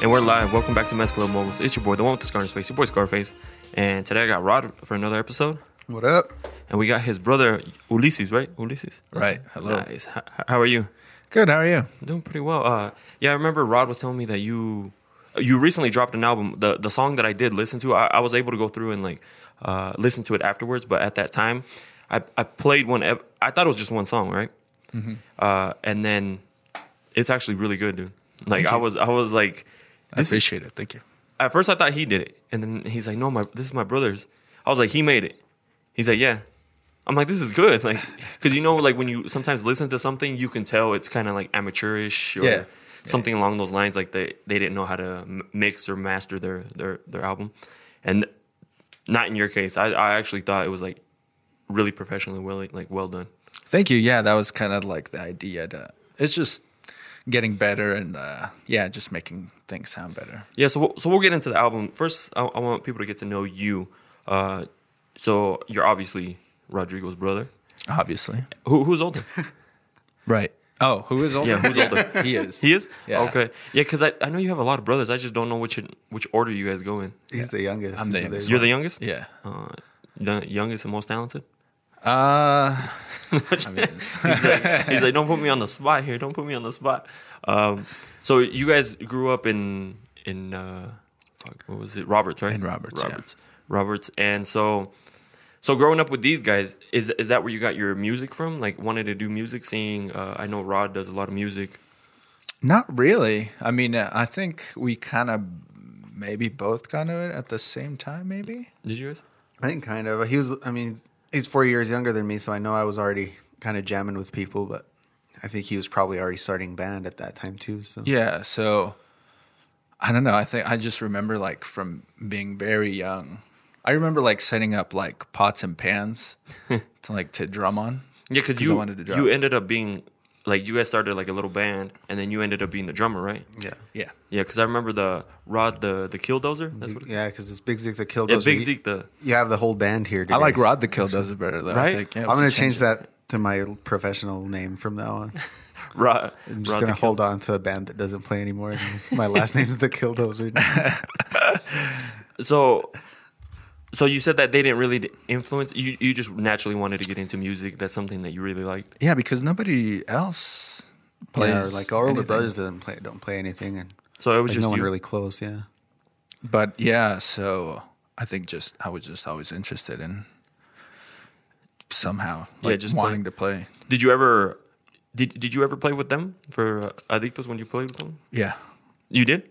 And we're live. Welcome back to Mescalo Moguls. It's your boy, the one with the scar on his face, your boy Scarface. And today I got Rod for another episode. What up? And we got his brother Ulysses, right? Ulysses. Right. Hello. Nice. H- how are you? Good. How are you? Doing pretty well. Uh, yeah, I remember Rod was telling me that you you recently dropped an album. The the song that I did listen to, I, I was able to go through and like uh, listen to it afterwards. But at that time, I, I played one. ep- I thought it was just one song, right? Mm-hmm. Uh, and then it's actually really good, dude. Like I was I was like, I appreciate it. Thank you. at first I thought he did it, and then he's like, "No, my this is my brother's." I was like, "He made it." He's like, "Yeah." I'm like, "This is good," like, because you know, like when you sometimes listen to something, you can tell it's kind of like amateurish or Yeah. something along those lines. Like they they didn't know how to m- mix or master their their their album, and not in your case. I I actually thought it was like really professionally well like well done. Thank you. Yeah, that was kind of like the idea. To, it's just getting better and uh, yeah, just making things sound better. Yeah, so we'll, so we'll get into the album first. I, I want people to get to know you. Uh, so you're obviously Rodrigo's brother. Obviously. Who, who's older? Right. Oh, who is older? Yeah, who's older? he is. He is. Yeah. Okay. Yeah, because I, I know you have a lot of brothers. I just don't know which which order you guys go in. He's the youngest. I'm the youngest. You're the youngest. Yeah. Uh, the youngest and most talented. Uh, He's like, he's like, don't put me on the spot here. Don't put me on the spot. Um, so you guys grew up in in uh, fuck, what was it? Roberts, right? In Roberts, yeah. Roberts. Roberts. And so, so growing up with these guys, is is that where you got your music from? Like, wanted to do music, seeing. Uh, I know Rod does a lot of music. not really. I mean, uh, I think we kind of maybe both kind of it at the same time. Maybe. Did you guys? I think kind of. He was. I mean, he's four years younger than me, so I know I was already kind of jamming with people, but I think he was probably already starting band at that time too. So Yeah. So I don't know. I think I just remember like from being very young. I remember like setting up like pots and pans to like to drum on. Yeah, because 'Cause you I wanted to drop. you ended up being like you guys started like a little band, and then you ended up being the drummer, right? yeah, Yeah. Yeah, because I remember the Rod the the Killdozer. That's what it, yeah, because it's Big Zeke that killed. yeah, us. Big We- Zeke the You have Mm-hmm. the whole band here. Today. I like Rod the Kill does it better though. Right? I think. Yeah, I'm we should gonna change it. that to my professional name from now on. Rod. I'm just Rod gonna the hold on to a band that doesn't play anymore. and My last name's the Killdozer. now. Kill- So, so you said that they didn't really d- influence you. You just naturally wanted to get into music. That's something that you really liked. Yeah, because nobody else plays. Yeah, or like our older anything. brothers doesn't play don't play anything, and So it was like, just no one you. really close. Yeah, But yeah, so I think just I was just always interested in somehow Yeah, like just wanting to play. Did you ever? Did Did you ever play with them for uh, Adictos when you played with them? Yeah. You did.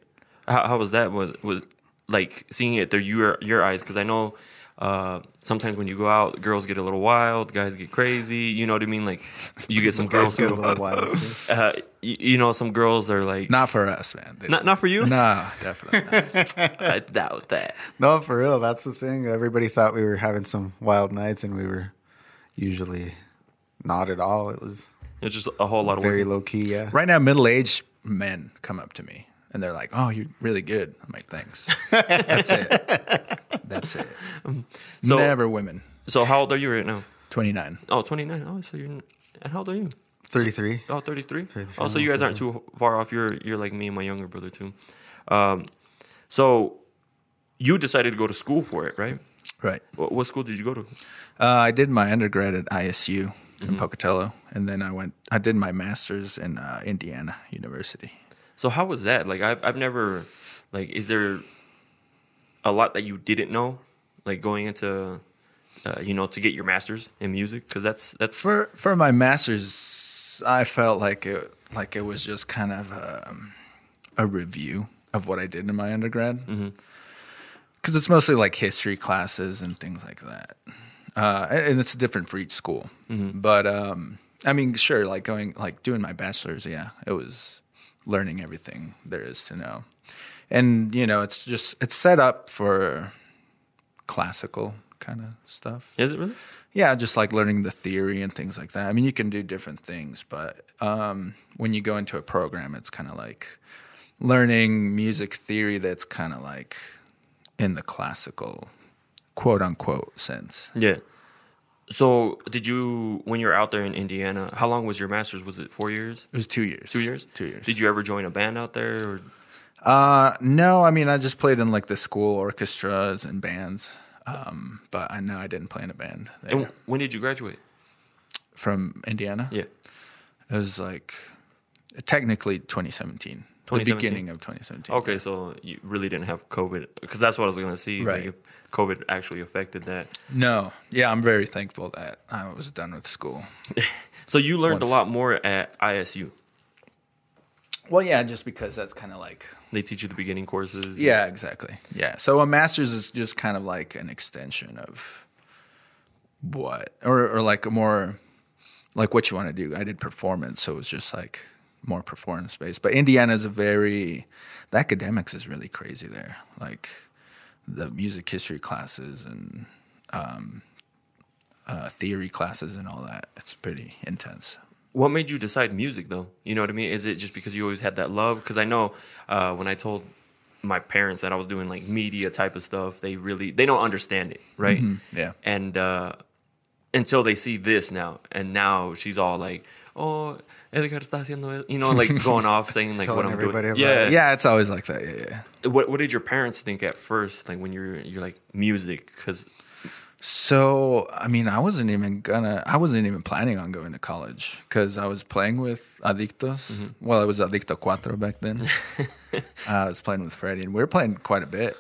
How, how was that? Was was like seeing it through your your eyes? Because I know uh, sometimes when you go out, girls get a little wild, guys get crazy. You know what I mean? Like you get some girls, girls get who, a little wild. too. uh, y- you know, some girls are like Not for us, man. They- not not for you. no, definitely not. I doubt that. No, for real. That's the thing. Everybody thought we were having some wild nights, and we were usually not at all. It was It's just a whole lot of very work. low key. Yeah. Right now, middle aged men come up to me and they're like, "Oh, you're really good." I'm like, "Thanks." That's it. That's it. So- Never women. So how old are you right now? Twenty nine. Oh, 29. Oh, so you're. And how old are you? 33. Oh, 33? 33, Oh, so you guys aren't too far off. You're you're like me and my younger brother too. Um, so you decided to go to school for it, right? Right. What, what school did you go to? Uh, I did my undergrad at ISU in Pocatello, and then I went. I did my master's in uh, Indiana University. So how was that? Like I've I've never like is there a lot that you didn't know like going into uh, you know to get your masters in music because that's that's For for my master's, I felt like it like it was just kind of um, a review of what I did in my undergrad, because it's mostly like history classes and things like that, uh, and and it's different for each school. But um, I mean, sure, like going like doing my bachelor's, yeah, it was learning everything there is to know, and you know, it's just it's set up for classical kind of stuff is it really? yeah, just like learning the theory and things like that. I mean, you can do different things, but um, when you go into a program, it's kind of like learning music theory that's kind of like in the classical quote unquote sense. Yeah. So did you when you were out there in Indiana? How long was your masters? Was it four years? It was two years. Two years. Two years. Did you ever join a band out there? Or Uh, no, I mean I just played in like the school orchestras and bands, um, but I know I didn't play in a band there. And when did you graduate? from Indiana. Yeah. It was like technically 2017, the 2017. beginning of 2017. Okay, so you really didn't have COVID because that's what I was gonna see. like, Right. if COVID actually affected that. No, yeah, I'm very thankful that I was done with school. So you learned a Once. lot more at ISU. Well, yeah, just because that's kind of like They teach you the beginning courses. yeah, exactly, yeah. So a master's is just kind of like an extension of what, or or like a more like what you want to do. I did performance, so it was just like more performance based. But Indiana's a very the academics is really crazy there, like the music history classes and um, uh, theory classes and all that. It's pretty intense. What made you decide music though? You know what I mean? Is it just because you always had that love? Because I know uh, when I told my parents that I was doing like media type of stuff, they really they don't understand it, right? Mm-hmm. Yeah. and uh, until they see this now, and now she's all like, "Oh, Edgar está haciendo," it," you know, like going off saying like what Telling I'm everybody doing. about yeah, it. Yeah, it's always like that. Yeah, yeah. What What did your parents think at first, like when you're you're like music? Because So, I mean, I wasn't even gonna, I wasn't even planning on going to college because I was playing with Adictos. Well, it was Adicto Cuatro back then. uh, I was playing with Freddie and we were playing quite a bit.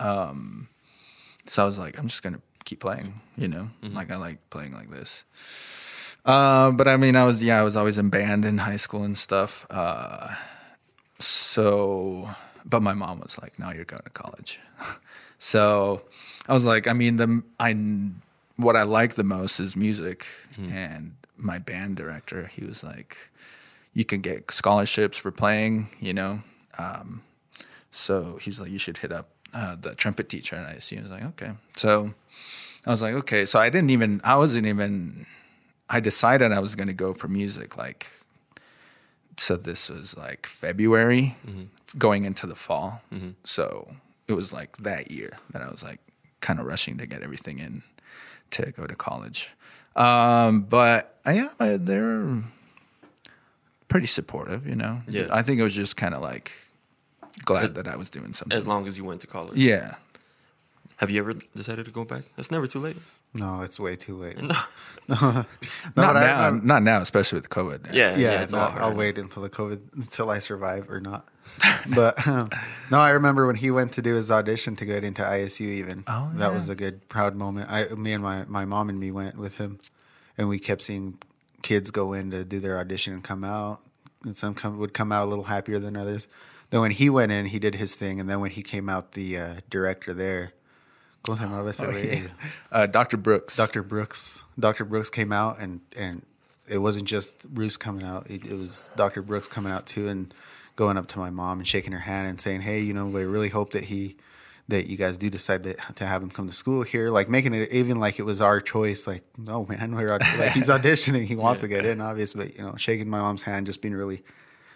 Um, so I was like, I'm just gonna keep playing, you know, like I like playing like this. Uh, but I mean, I was, yeah, I was always in band in high school and stuff. Uh, so, but my mom was like, no, you're going to college. So I was like, I mean, the I what I like the most is music, and my band director, he was like, you can get scholarships for playing, you know. Um, so he's like, you should hit up uh, the trumpet teacher, and I assume I was like, okay. So I was like, okay. So I didn't even, I wasn't even, I decided I was going to go for music, like. So this was like February, going into the fall. So it was like that year that I was like kind of rushing to get everything in to go to college. Um, but uh, yeah, I- they're pretty supportive, you know. Yeah. I think it was just kind of like glad that I was doing something. as long as you went to college, Yeah. have you ever decided to go back? It's never too late. No, it's way too late. No. not but I- now, I'm- not now, especially with COVID. Yeah, yeah, yeah, it's no, all hard. I'll wait until the COVID until I survive or not. But um, no, I remember when he went to do his audition to get into ISU. Even Oh, that yeah. was a good proud moment. I, me and my my mom and me went with him, and we kept seeing kids go in to do their audition and come out, and some come, would come out a little happier than others. Then when he went in, he did his thing, and then when he came out, the uh, director there. ¿Cómo se llamaba ese güey? Uh, Dr. Brooks. Dr. Brooks. Dr. Brooks came out, and and it wasn't just Bruce coming out. It, it was Dr. Brooks coming out too, and going up to my mom and shaking her hand and saying, "Hey, you know, we really hope that he, that you guys do decide to, to have him come to school here. Like making it even like it was our choice. Like, no man, we're aud- like he's auditioning. He wants to get in, obviously. But you know, shaking my mom's hand, just being really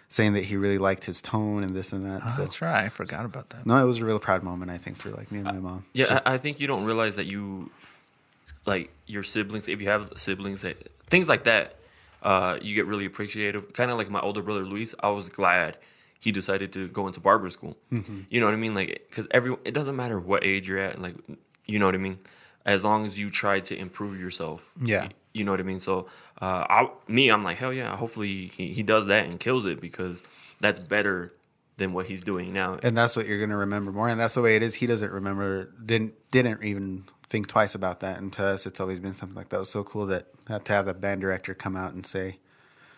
saying that he really liked his tone and this and that. so Oh, That's right. I forgot about that. no, it was a real proud moment, I think, for like me and my mom. Yeah, I, I think you don't realize that you, like your siblings, if you have siblings, that things like that, uh, you get really appreciative. Kind of like my older brother Luis, I was glad he decided to go into barber school. Mm-hmm. You know what I mean? Like, because everyone, it doesn't matter what age you're at. Like, you know what I mean? As long as you try to improve yourself. Yeah. y- You know what I mean? So, uh, I, me, I'm like, hell yeah. Hopefully, he, he does that and kills it because that's better than what he's doing now. and that's what you're going to remember more and that's the way it is he doesn't remember didn't didn't even think twice about that and to us it's always been something like that it was so cool that that to have the band director come out and say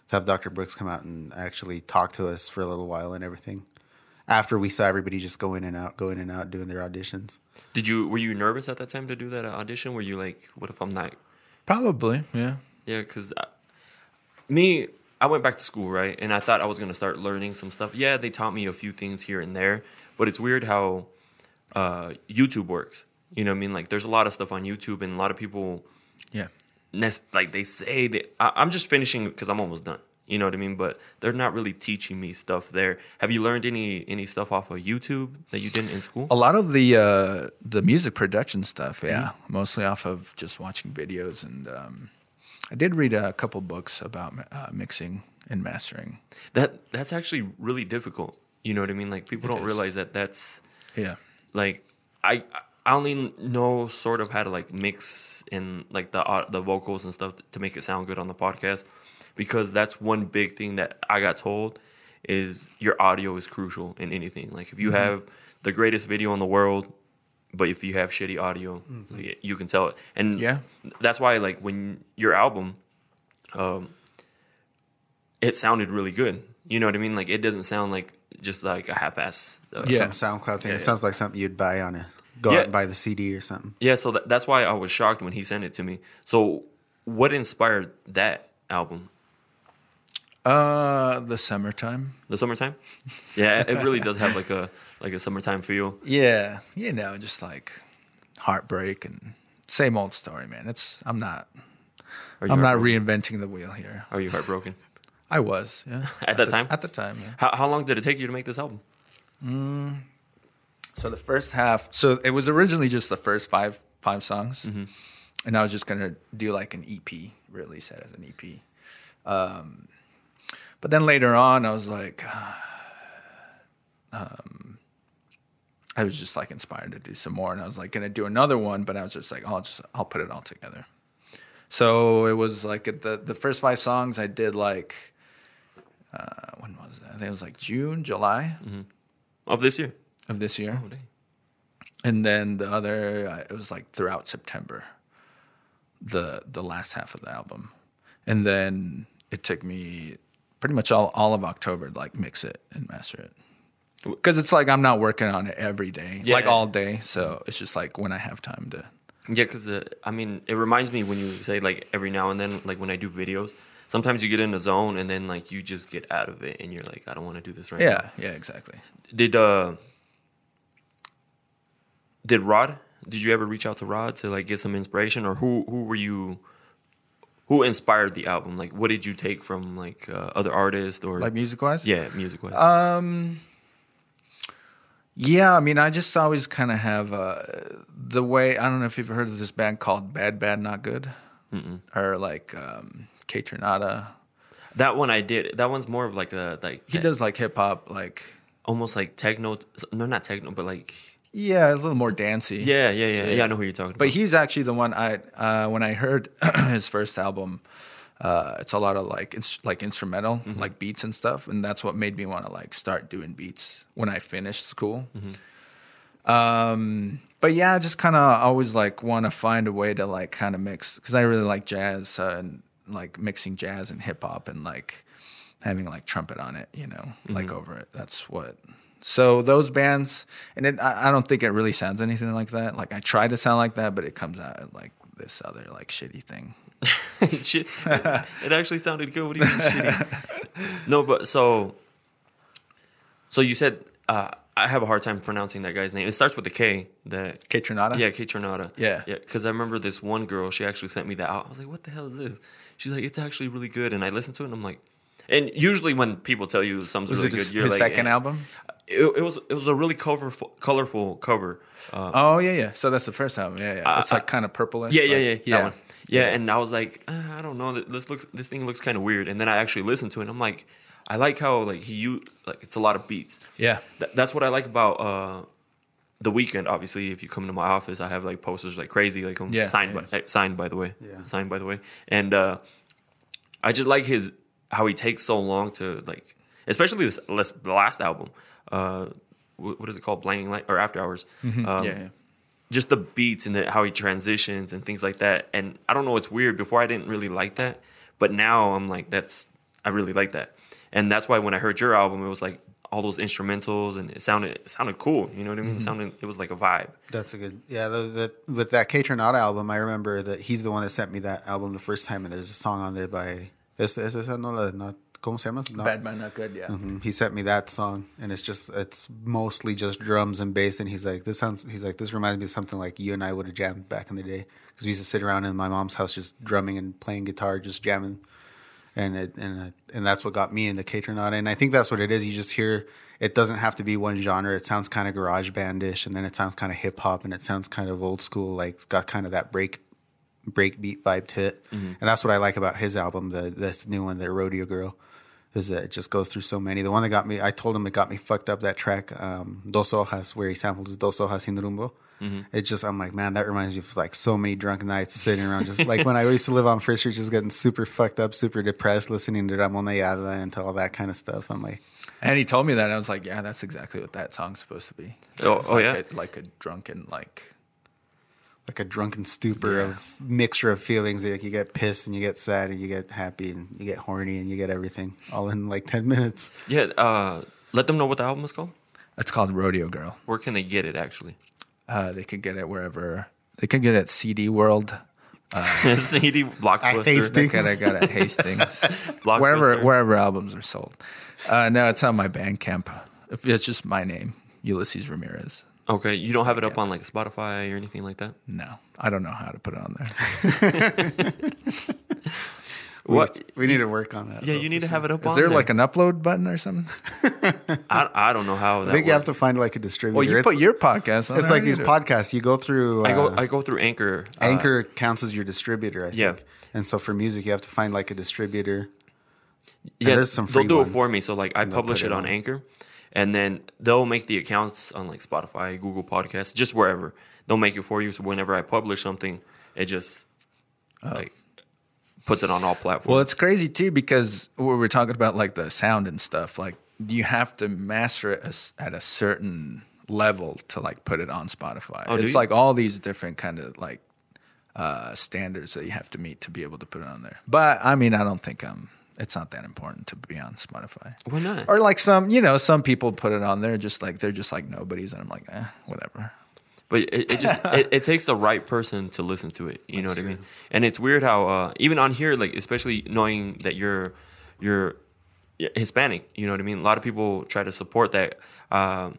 to have dr brooks come out and actually talk to us for a little while and everything after we saw everybody just go in and out go in and out doing their auditions Did you were you nervous at that time to do that audition? Were you like, what if I'm not? Probably. Yeah. Yeah, because me, I went back to school right, and I thought I was gonna start learning some stuff. Yeah, they taught me a few things here and there, but it's weird how uh, YouTube works. You know, what I mean, like there's a lot of stuff on YouTube, and a lot of people Yeah. nes- like they say that I, I'm just finishing because I'm almost done. You know what I mean? But they're not really teaching me stuff there. Have you learned any any stuff off of YouTube that you didn't in school? a lot of the uh, the music production stuff, yeah, mostly off of just watching videos, and um, I did read a couple books about uh, mixing and mastering. That that's actually really difficult. You know what I mean? Like people It don't is. realize that that's Yeah. like I I only know sort of how to like mix in like the au- the vocals and stuff to make it sound good on the podcast because that's one big thing that I got told is your audio is crucial in anything. Like if you have the greatest video in the world, but if you have shitty audio, like, you can tell it. And Yeah. that's why like when your album um, it sounded really good. You know what I mean? Like it doesn't sound like just like a half-ass uh, Yeah. Some SoundCloud thing. Yeah, it yeah. sounds like something you'd buy on a go Yeah. out and buy the CD or something. Yeah, so that, that's why I was shocked when he sent it to me. So, what inspired that album? Uh, the summertime. The summertime? Yeah, it really does have like a like a summertime feel. Yeah, you know, just like heartbreak and same old story, man. It's I'm not Are you I'm not heartbro- reinventing the wheel here. Are you heartbroken I was, yeah. at that time? At the time, yeah. How, how long did it take you to make this album? So the first half, Mm-hmm. so it was originally just the first five five songs, and I was just gonna do like an E EP, release it as an EP. Um, but then later on, I was like, um, I was just like inspired to do some more, and I was like gonna do another one, but I was just like, I'll just I'll put it all together. So it was like at the the first five songs I did like. Uh, when was that? I think it was like June, July Of this year? of this year Oh, dang. and then the other uh, it was like throughout September, the the last half of the album, and then it took me pretty much all all of October to like mix it and master it. Because it's like I'm not working on it every day, Yeah. like all day. So it's just like when I have time to. Yeah, because I mean, it reminds me when you say like every now and then, like when I do videos, sometimes you get in the zone and then like you just get out of it and you're like, I don't want to do this right now. Yeah, yeah, exactly. did uh did Rod did you ever reach out to Rod to like get some inspiration or who who were you who inspired the album like what did you take from like uh, other artists or Like uh, music wise? yeah music wise Yeah, I mean, I just always kind of have uh, the way. I don't know if you've heard of this band called Bad Bad Not Good, or like um, K Tronada. that one I did that one's more of like a like He that- does like hip hop, like almost like techno no not techno but like Yeah, a little more dancey. yeah yeah yeah yeah, I know who you're talking But about he's actually the one I uh, when I heard his first album, uh, it's a lot of like it's like instrumental, like beats and stuff, and that's what made me want to like start doing beats when I finished school. Um, but yeah, I just kind of always like want to find a way to like kind of mix because I really like jazz uh, and like mixing jazz and hip hop and like having like trumpet on it, you know, like Mm-hmm. over it. That's what. So those bands, and it, I, I don't think it really sounds anything like that. Like I try to sound like that, but it comes out like this other like shitty thing. Shit. it actually sounded good. What do you mean shitty? No, but so, so you said uh, I have a hard time pronouncing that guy's name. It starts with a K. That K Tronada? yeah, K Tronada. Yeah. yeah. Because I remember this one girl. She actually sent me that out. I was like, "What the hell is this?" She's like, "It's actually really good." And I listened to it, and I'm like, and usually when people tell you something's was really it his, good, you're his like, second eh. album? It, it was it was a really colorful colorful cover. Uh, Oh yeah, yeah. So that's the first album. Yeah, yeah. it's I- like kind of purplish. Yeah, like- yeah, yeah, yeah. That one. Yeah, and I was like, uh, I don't know. th- This looks, this thing looks kind of weird. And then I actually listened to it. and I'm like, I like how like he you like it's a lot of beats. Yeah. Th- that's what I like about uh, the weekend. Obviously, if you come to my office, I have like posters like crazy, like um, Yeah, signed yeah. by eh, signed by the way, Yeah. signed by the way. And uh, I just like his how he takes so long to like, especially this, this the last album. Uh, wh- what is it called? Blinding light or after hours? Um, Mm-hmm. yeah, yeah. just the beats and the, how he transitions and things like that. And I don't know, it's weird. Before I didn't really like that, but now I'm like, that's I really like that. And that's why when I heard your album, it was like all those instrumentals and it sounded it sounded cool. You know what I mean? It sounded it was like a vibe. That's a good yeah. The, the, with that K Tronada album, I remember that he's the one that sent me that album the first time, and there's a song on there by es, es, esa no la no, ¿cómo se llama? No. Bad Man Not Good. Yeah. Mhm. He sent me that song, and it's just it's mostly just drums and bass. And he's like, "This sounds." He's like, "This reminds me of something like you and I would have jammed back in the day." Because we used to sit around in my mom's house just drumming and playing guitar, just jamming, and it, and it, and that's what got me into Catronada. And I think that's what it is. You just hear it doesn't have to be one genre. It sounds kind of garage bandish, and then it sounds kind of hip hop, and it sounds kind of old school. Like it's got kind of that break breakbeat vibe to it, and that's what I like about his album, the this new one, the Rodeo Girl. is that it just goes through so many. The one that got me, I told him it got me fucked up. That track, um, Dos Hojas, where he samples Dos Hojas Sin Rumbo. Mm-hmm. It's just I'm like, man, that reminds me of like so many drunk nights sitting around, just like when I used to live on First Street, just getting super fucked up, super depressed, listening to Ramon Ayala and to all that kind of stuff. I'm like, And he told me that. And I was like, yeah, that's exactly what that song's supposed to be. Oh- It's oh, like yeah? A, like a drunken, like, like a drunken stupor of mixture of feelings. Like you get pissed and you get sad and you get happy and you get horny and you get everything all in like ten minutes. Yeah, uh, let them know what the album is called. it's called Rodeo Girl. Where can they get it? Actually, Uh, they could get it wherever. They could get it at CD World. CD tasty. Blockbuster. They could have got it at Hastings. Blockbuster. wherever wherever albums are sold. Uh, no, it's on my Bandcamp. If It's just my name, Ulysses Ramirez. Okay, you don't have it up on like Spotify or anything like that. No, I don't know how to put it on there. What? We need to work on that. Yeah, you need to have it up. Is on there like an upload button or something? I, I don't know how that. I think you have works. to find like a distributor. Well, you It's- put your podcast on It's there like these either. podcasts. You go through. Uh, I go. I go through Anchor. uh, Anchor counts as your distributor. I Yeah. think. And so for music, you have to find like a distributor. yeah, there's some free they'll do ones. it for me. So like, I they'll publish put it it on on. Anchor, and then they'll make the accounts on like Spotify, Google Podcasts, just wherever. They'll make it for you. So whenever I publish something, it just Oh. like puts it on all platforms. Well, it's crazy too because we were talking about like the sound and stuff. Like you have to master it as- at a certain level to like put it on Spotify. Oh, do it's you? like all these different kind of like uh, standards that you have to meet to be able to put it on there. But I mean, I don't think um it's not that important to be on Spotify. Why not? Or like some, you know, some people put it on there just like they're just like nobodies, and I'm like, eh, whatever. But it, it just it, it takes the right person to listen to it. You know what I mean? And it's weird how uh, even on here, like especially knowing that you're you're Hispanic. You know what I mean? A lot of people try to support that. Um,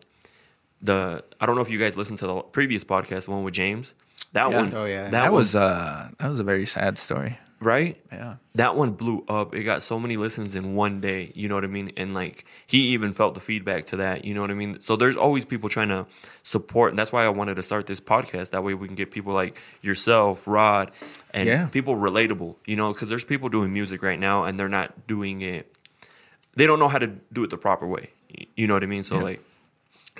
the I don't know if you guys listened to the previous podcast, the one with James. That Yeah. one, Oh, yeah. that, That one, was uh that was a very sad story. right. Yeah. That one blew up. It got so many listens in one day. You know what I mean? And like he even felt the feedback to that. You know what I mean? So there's always people trying to support, and that's why I wanted to start this podcast. That way we can get people like yourself, Rod, and Yeah. people relatable. You know, because there's people doing music right now and they're not doing it. They don't know how to do it the proper way. Y- You know what I mean? So like,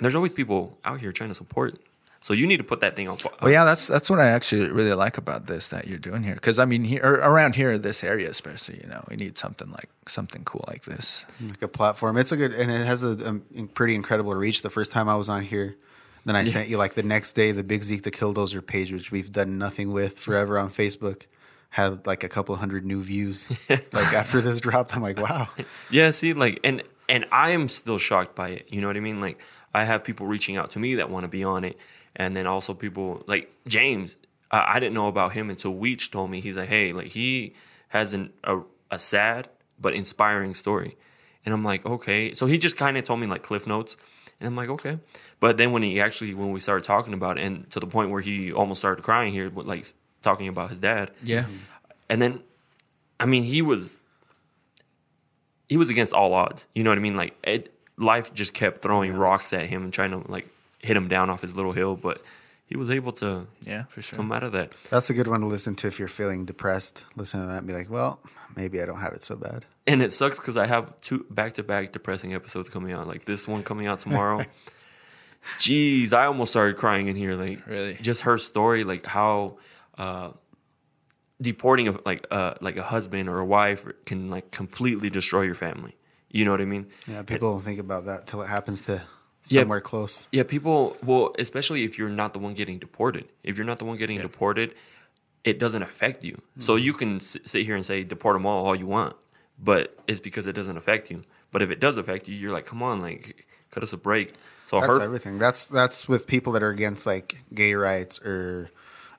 there's always people out here trying to support. So you need to put that thing on. Well, yeah, that's that's what I actually really like about this that you're doing here, because I mean, here or around here, this area especially, you know, we need something like something cool like this. like a platform. It's a good and it has a, um, in- pretty incredible reach. The first time I was on here, then I sent you like the next day the Big Zeke the Killdozer page, which we've done nothing with forever on Facebook. Had like a couple hundred new views. like after this dropped, I'm like, wow. Yeah, see, like, and and I am still shocked by it. You know what I mean? Like, I have people reaching out to me that want to be on it, and then also people like James. I, I didn't know about him until Weech told me. He's like, hey, like he has an, a a sad but inspiring story, and I'm like, okay. So he just kind of told me like cliff notes. And I'm like, okay. But then when he actually, when we started talking about it, and to the point where he almost started crying here, but like talking about his dad, Yeah, and then, I mean, he was he was against all odds. You know what I mean? Like it, life just kept throwing rocks at him and trying to like hit him down off his little hill, but he was able to yeah, for sure. come out of that. That's a good one to listen to if you're feeling depressed. Listen to that and be like, well, maybe I don't have it so bad. And it sucks because I have two back to back depressing episodes coming out. Like this one coming out tomorrow. Jeez, I almost started crying in here. Like Really? just her story, like how uh, deporting of like uh, like a husband or a wife can like completely destroy your family. You know what I mean? Yeah, people don't think about that till it happens to somewhere close. Yeah, people well, especially if you're not the one getting deported. If you're not the one getting deported, it doesn't affect you. So Mm-hmm. you can s- sit here and say deport them all all you want, but it's because it doesn't affect you. But if it does affect you, you're like, come on, like cut us a break. So That's her, everything. That's that's with people that are against like gay rights or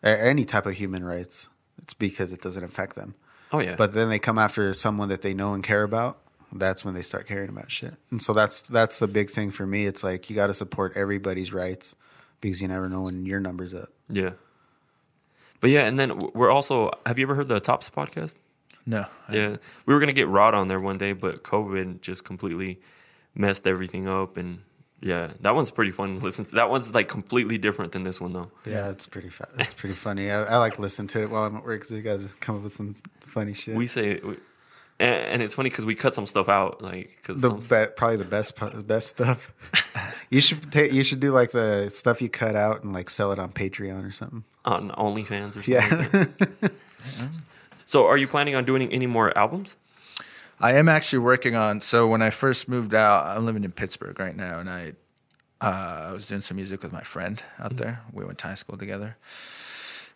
a- any type of human rights. It's because it doesn't affect them. oh yeah, But then they come after someone that they know and care about. That's when they start caring about shit. And so that's that's the big thing for me. It's like you got to support everybody's rights because you never know when your number's up. yeah. But yeah, and then w- we're also. Have you ever heard the Tops podcast? No, Yeah, we were gonna get Rod on there one day, but COVID just completely messed everything up. And yeah, that one's pretty fun to listen. to. That one's like completely different than this one though. Yeah, it's pretty fa- it's pretty funny. I, I like listen to it while I'm at work because you guys come up with some funny shit. We say we, and, and it's funny because we cut some stuff out, like cause the some- be- probably the best pu- best stuff. you should take you should do like the stuff you cut out and like sell it on Patreon or something. on OnlyFans or something. like that. Yeah, So, are you planning on doing any more albums? I am actually working on. So when I first moved out, I'm living in Pittsburgh right now, and I uh, I was doing some music with my friend out there. We went to high school together,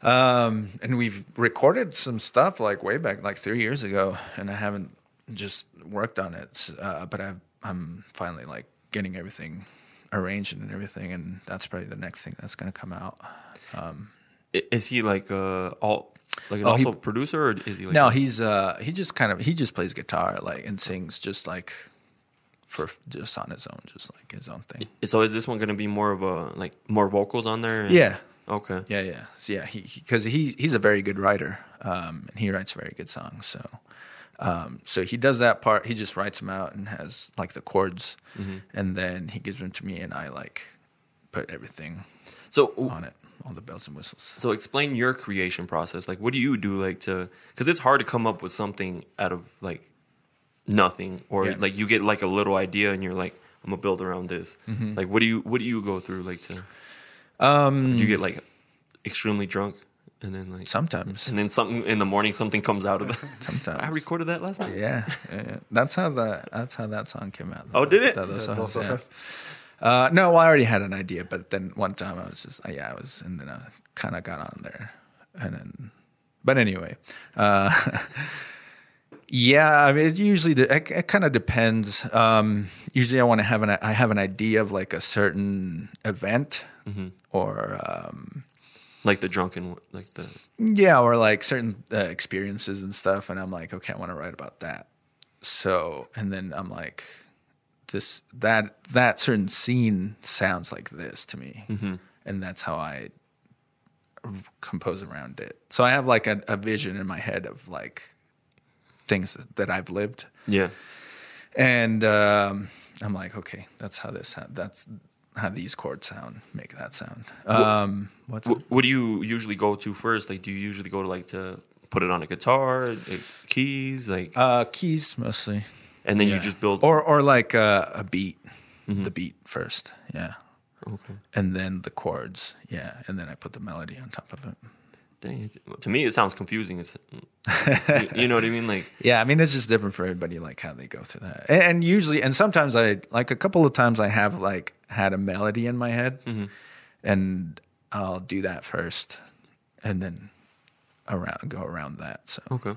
um, and we've recorded some stuff like way back, like three years ago, and I haven't just worked on it. Uh, but I've, I'm finally like getting everything arranged and everything, and that's probably the next thing that's going to come out. I- Is he like uh all like an Oh, he- also producer or is he like No, he's uh he just kind of he just plays guitar like and sings just like for just on his own, just like his own thing. So is this one going to be more of a like more vocals on there? and- Yeah. Okay. Yeah, yeah. So, yeah, he because he, he's a very good writer. Um and he writes very good songs. So um so he does that part, he just writes them out and has like the chords Mm-hmm. and then he gives them to me and I like put everything So on it, all the bells and whistles. so explain your creation process. Like, what do you do like to? Because it's hard to come up with something out of like nothing, or Yeah. like you get like a little idea and you're like, I'm gonna build around this. Mm-hmm. Like, what do you what do you go through like to? Um, do you get like extremely drunk and then like Sometimes. and then something in the morning something comes out of it. Sometimes. Mm-hmm. I recorded that last night. Yeah, yeah, yeah. that's how the that's how that song came out. Oh, did it? The Dos The Ojos, Dos yeah. Ojos. Uh, no, well, I already had an idea, but then one time I was just uh, yeah, I was and then I kind of got on there, and then but anyway, uh, yeah, I mean it usually de- it, it kind of depends. Um, usually I want to have an I have an idea of like a certain event or. Um, Like the drunken one, like the yeah, or like certain uh, experiences and stuff. And I'm like, okay, I want to write about that. So, and then I'm like, this that that certain scene sounds like this to me, and that's how I r- compose around it. So I have like a, a vision in my head of like things that I've lived, yeah. and um, I'm like, okay, that's how this sound, that's how these chords sound make that sound. Um, what's Wh- what do you usually go to first? Like, do you usually go to like to put it on a guitar, like, keys, like, uh, keys mostly. and then you Yeah. just build? or or like uh, a beat, the beat first, yeah, okay. and then the chords, yeah, and then I put the melody on top of it. Dang it. To me, it sounds confusing. It's, you, you know what I mean? Like, Yeah, I mean it's just different for everybody, like how they go through that. And, and usually, and sometimes I like a couple of times I have like had a melody in my head, and I'll do that first, and then around go around that. So okay.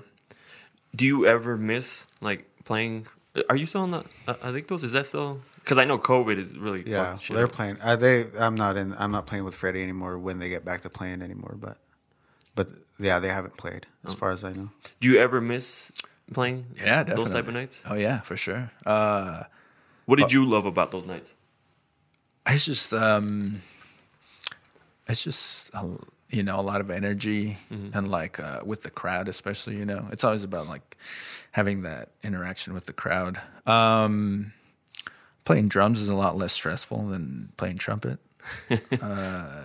Do you ever miss like playing? Are you still on the? I- I think those is that still? Because I know COVID is really fucked yeah. shit they're up. playing. Uh, they I'm not in. I'm not playing with Freddie anymore. When they get back to playing anymore, but but yeah, they haven't played as Oh. far as I know. Do you ever miss playing? yeah, definitely those type of nights. Oh yeah, for sure. Uh, What did you love about those nights? it's just um it's just a, you know a lot of energy and like uh, with the crowd especially you know it's always about like having that interaction with the crowd um playing drums is a lot less stressful than playing trumpet uh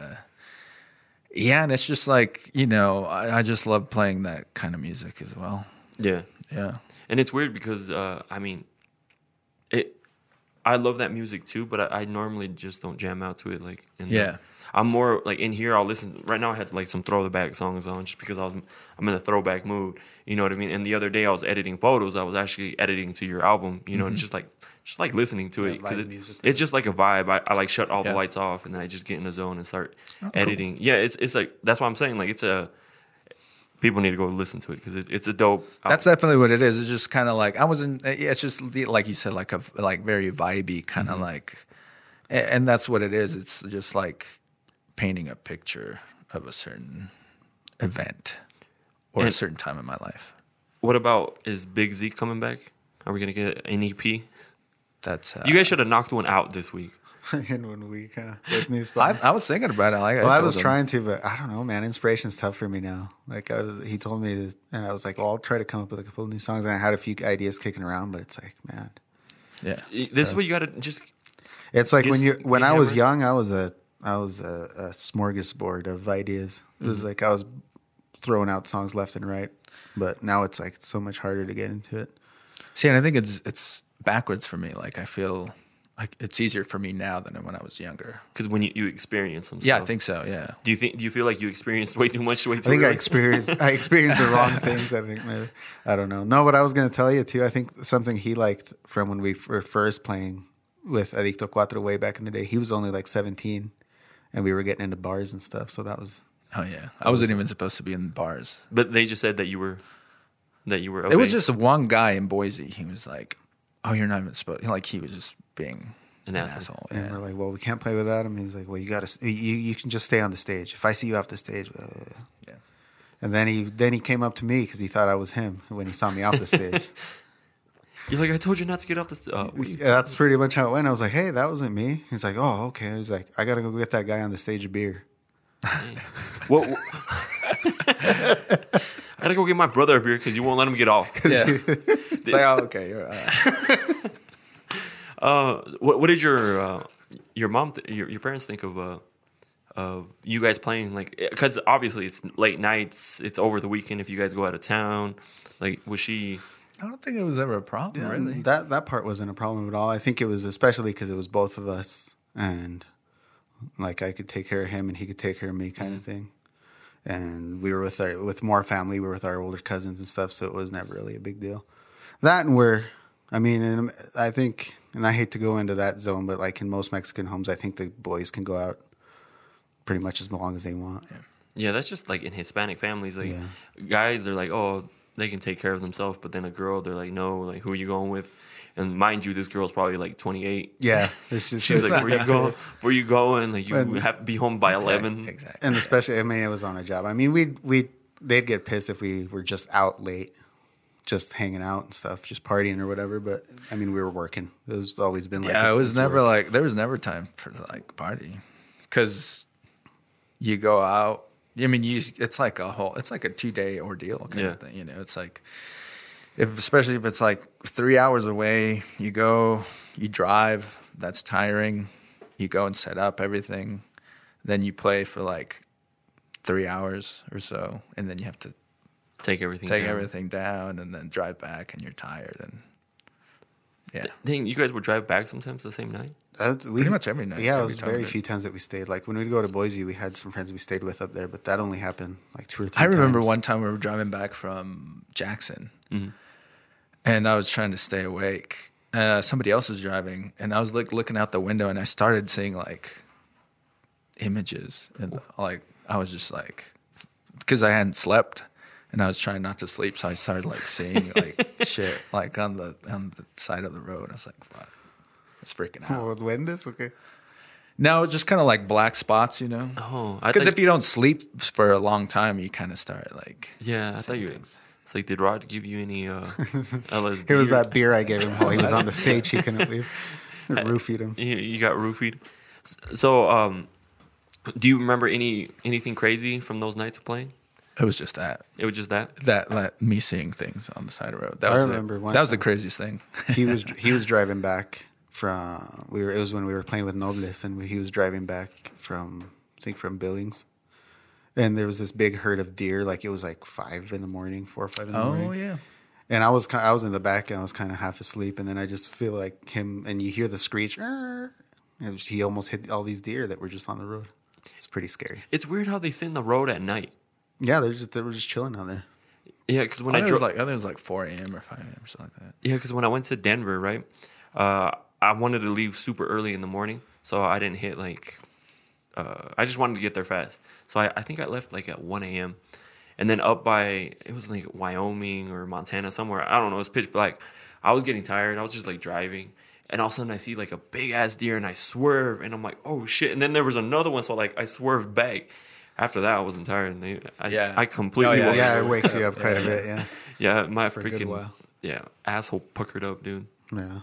yeah and it's just like you know I, I just love playing that kind of music as well Yeah. yeah And it's weird because uh, I mean, it. I love that music too, but I, I normally just don't jam out to it. Like, in the- Yeah. I'm more like in here. I'll listen. Right now, I had like some throwback songs on just because I was I'm in a throwback mood. You know what I mean? And the other day, I was editing photos. I was actually editing to your album. You know, Mm-hmm. and just like just like listening to it because live it, music. it's just like a vibe. I, I like shut all Yeah. Oh, the lights off and then I just get in the zone and start editing. Yeah, it's it's like that's what I'm saying. Like, it's a people need to go listen to it because it, it's a dope. That's definitely what it is. It's just kind of like I wasn't. eh, It's just the- like you said, like a like very vibey kind of like, a- and that's what it is. It's just like painting a picture of a certain event or a And- certain time in my life. What about is Big Z coming back? Are we gonna get an EP? You That's uh, guys should have knocked one out this week. in one week, huh? With new I, songs. I was thinking about it. Like, well, I told was him. trying to, but I don't know, man. Inspiration's tough for me now. Like I was, he told me, to, and I was like, "Well, I'll try to come up with a couple of new songs." And I had a few ideas kicking around, but it's like, man, Yeah, This is what you gotta just. it's like Just when you when get I was hammered. young, I was a I was a, a smorgasbord of ideas. It was like I was throwing out songs left and right, but now it's like it's so much harder to get into it. See, and I think it's it's backwards for me. Like I feel like it's easier for me now than when I was younger. Because when you, you experience them, Yeah, I stuff. think so. Yeah. Do you think? Do you feel like you experienced way too much? Way too I think I early? experienced I experienced the wrong things. I think maybe I don't know. No, what I was gonna tell you too. I think something he liked from when we were first playing with Adicto Cuatro way back in the day. He was only like seventeen, and we were getting into bars and stuff. So that was Oh yeah. I wasn't even supposed to be in bars. But they just said that you were, that you were. It was obeying just one guy in Boise. He was like, "Oh, you're not even supposed." Like he was just being an an asshole. asshole. and Yeah. we're like, well, we can't play without him. He's like, well, you gotta you, you can just stay on the stage. If I see you off the stage, blah, blah, blah. Yeah. and then he then he came up to me because he thought I was him when he saw me off the stage. You're like, I told you not to get off the. St- uh, what you- Yeah, that's pretty much how it went. I was like, "Hey, that wasn't me." He's like, "Oh, okay." He's like, "I gotta go get that guy on the stage a beer." what? what- I gotta go get my brother up here because you won't let him get off. Yeah. it's like, oh, okay. You're, uh, Uh, what, what did your uh, your mom, th- your, your parents think of uh, of you guys playing? Like, because obviously it's late nights, it's over the weekend. If you guys go out of town, like, was she? I don't think it was ever a problem, really. That that part wasn't a problem at all. I think it was especially because it was both of us, and like I could take care of him, and he could take care of me, Mm-hmm. kind of thing. And we were with our with more family. We were with our older cousins and stuff, so it was never really a big deal. That and we're, I mean, and um, I think, and I hate to go into that zone, but like in most Mexican homes, I think the boys can go out pretty much as long as they want. Yeah, that's just like in Hispanic families. Like, Yeah. guys, they're like, oh, they can take care of themselves, but then a girl, they're like, no, like, who are you going with? And mind you, this girl's probably like 28. Yeah, it's just She's like, it's- where you going? Where you going? Like, you And- have to be home by eleven. Exactly. exactly. and especially I mean it was on a job. I mean we we they'd get pissed if we were just out late, just hanging out and stuff, just partying or whatever. But I mean we were working. It was always been like yeah, it's- it was it's never work. like there was never time for like party, because you go out. I mean, you it's like a whole it's like a two day ordeal kind Yeah. of thing. You know, it's like if especially if it's like three hours away, you go, you drive. That's tiring. You go and set up everything, then you play for like three hours or so, and then you have to Take everything. take down. everything down and then drive back, and you're tired and yeah. Dang, you guys would drive back sometimes the same night. That's- we- Pretty much every night, Yeah, it every was time very that- few times that we stayed. Like when we'd go to Boise, we had some friends we stayed with up there, but that only happened like two or three. I remember times. one time we were driving back from Jackson, and I was trying to stay awake. Uh, somebody else was driving, and I was like looking out the window, and I started seeing like images, and like I was just like, because I hadn't slept, and I was trying not to sleep, so I started like seeing like shit like on the on the side of the road. I was like, fuck, it's freaking out. Oh, when this okay. No, it's just kind of like black spots, you know. Oh, I Because thought- if you don't sleep for a long time, you kind of start like Yeah, I thought you. It's like, did Rod give you any uh, LSD? Here was or- that beer I gave him while he was on the stage. He couldn't leave. Roofied him. You, you got roofied. S- So, um, do you remember any anything crazy from those nights of playing? it was just that. It was just that. that like me seeing things on the side of the road. That I was remember the, one that was the time- craziest thing. he was he was driving back from we were it was when we were playing with Nobles and we, he was driving back from I think from Billings, and there was this big herd of deer. Like it was like five in the morning, four or five in the morning. Oh, yeah, And I was ki- I was in the back and I was kind of half asleep, and then I just feel like him and you hear the screech. "Arr!" And he almost hit all these deer that were just on the road. It's pretty scary. It's weird how they sit in the road at night. Yeah, they're just they were just chilling out there. Yeah, because when I I, think it drove, was like I think it was like four a.m. or five a.m. or something like that. Yeah, because when I went to Denver, right, uh, I wanted to leave super early in the morning, so I didn't hit like. Uh, I just wanted to get there fast, so I, I think I left like at one a.m. and then up by it was like Wyoming or Montana somewhere. I don't know. It's pitch black. I was getting tired. I was just like driving, and all of a sudden I see like a big ass deer, and I swerve, and I'm like, oh shit! And then there was another one, so like I swerved back. After that, I wasn't tired, and they, I, Yeah. I completely Oh, yeah. was- Yeah, it wakes you up quite a bit. Yeah, yeah, my a good freaking while. yeah asshole puckered up, dude. yeah.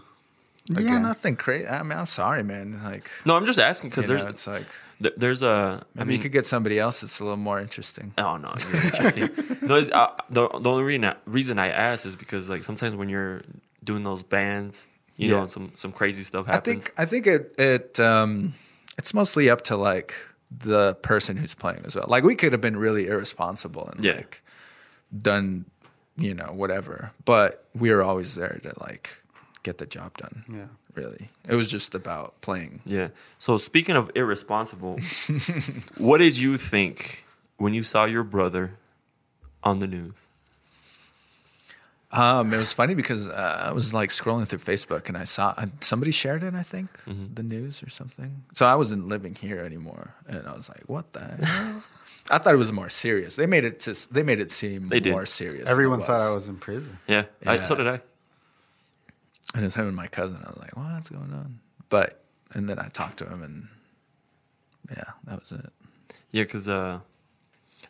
Yeah, Again. nothing crazy. I mean, I'm sorry, man. Like No, I'm just asking because you know, there's it's like th- there's a. I maybe mean, you could get somebody else that's a little more interesting. oh no, you're interesting. no, it's, uh, the the only reason I, reason I ask is because like sometimes when you're doing those bands, you Yeah. know, some some crazy stuff I happens. think I think it it um it's mostly up to like the person who's playing as well. Like we could have been really irresponsible and Yeah. like done you know, whatever. But we were always there to like get the job done. Yeah. Really. It was just about playing. Yeah. So speaking of irresponsible, what did you think when you saw your brother on the news? Um, it was funny because uh, I was like scrolling through Facebook and I saw uh, somebody shared it, I think, Mm-hmm. the news or something. So I wasn't living here anymore, and I was like, "What the?" hell? I thought it was more serious. They made it to, s- they made it seem They did. more serious. than it Everyone thought I was in prison. Yeah. I, so Yeah. did I. And it's him and my cousin. I was like, "What's going on?" But and then I talked to him, and yeah, that was it. Yeah, because uh,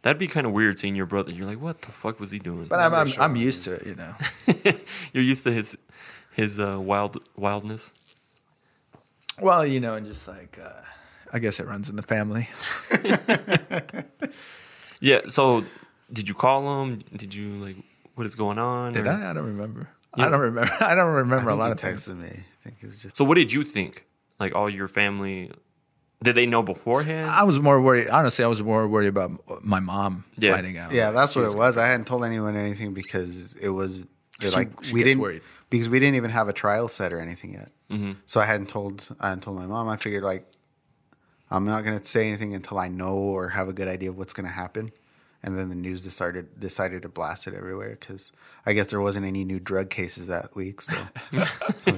that'd be kind of weird seeing your brother. You're like, what the fuck was he doing? But I'm Remember I'm, showing I'm used to it, you know. You're used to his his uh, wild wildness. well, you know, and just like uh, I guess it runs in the family. Yeah. So did you call him? Did you like what is going on? Did or- I? I don't remember. Yeah. I don't remember. I don't I remember a think lot he of things. texted me. I think it was just So what did you think? Like all your family, did they know beforehand? Uh, I was more worried. Honestly, I was more worried about my mom Yeah. finding out. yeah, that's what it was. I hadn't told anyone anything because it was She- like she we gets didn't worried. Mm-hmm. because we didn't even have a trial set or anything yet. So I hadn't told I hadn't told my mom. I figured like I'm not gonna say anything until I know or have a good idea of what's gonna happen. And then the news decided decided to blast it everywhere because I guess there wasn't any new drug cases that week. So, so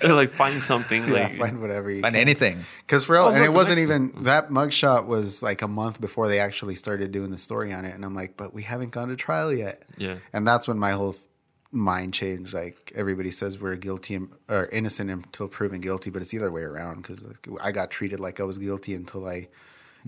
They're like find something. yeah, like find whatever you Find can. anything. Because for real, Oh, and look, it wasn't that's- even that mugshot was like a month before they actually started doing the story on it, and I'm like, but we haven't gone to trial yet. Yeah. and that's when my whole th- mind changed. Like everybody says, we're guilty and- or innocent until proven guilty, but it's either way around. Because like, I got treated like I was guilty until I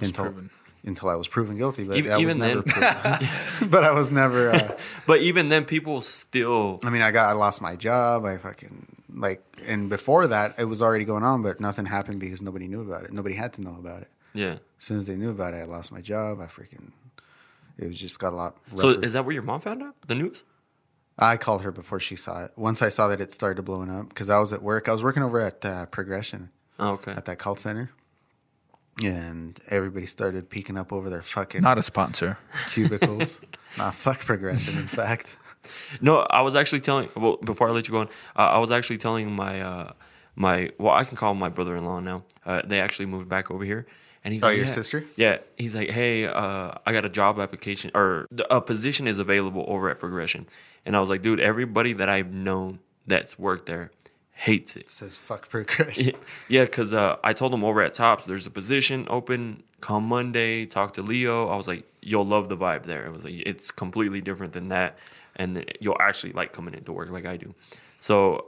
until proven. until I was proven guilty, but Even- I was e-, even never then. proven. but I was never. Uh, But even then, people still. I mean, I got I lost my job. I fucking like, and before that, it was already going on, but nothing happened because nobody knew about it. Nobody had to know about it. Yeah. As soon as they knew about it, I lost my job. I freaking, it was just got a lot. So Rougher. is that where your mom found out the news? I called her before she saw it. Once I saw that it started blowing up, because I was at work, I was working over at uh, Progression Oh, okay. at that call center, and everybody started peeking up over their fucking Not a sponsor. cubicles. nah, fuck Progression. In fact, No, I was actually telling. Well, before I let you go on, uh, I was actually telling my uh, my. Well, I can call him my brother-in-law now. Uh, they actually moved back over here, and he's Oh, like, your yeah. sister? Yeah, he's like, hey, uh, I got a job application or th- a position is available over at Progression, and I was like, dude, everybody that I've known that's worked there hates it. says fuck Progression. Yeah, because uh, I told him over at Tops, there's a position open. Come Monday, talk to Leo. I was like, you'll love the vibe there. It was like it's completely different than that, and you'll actually like coming into work like I do. So,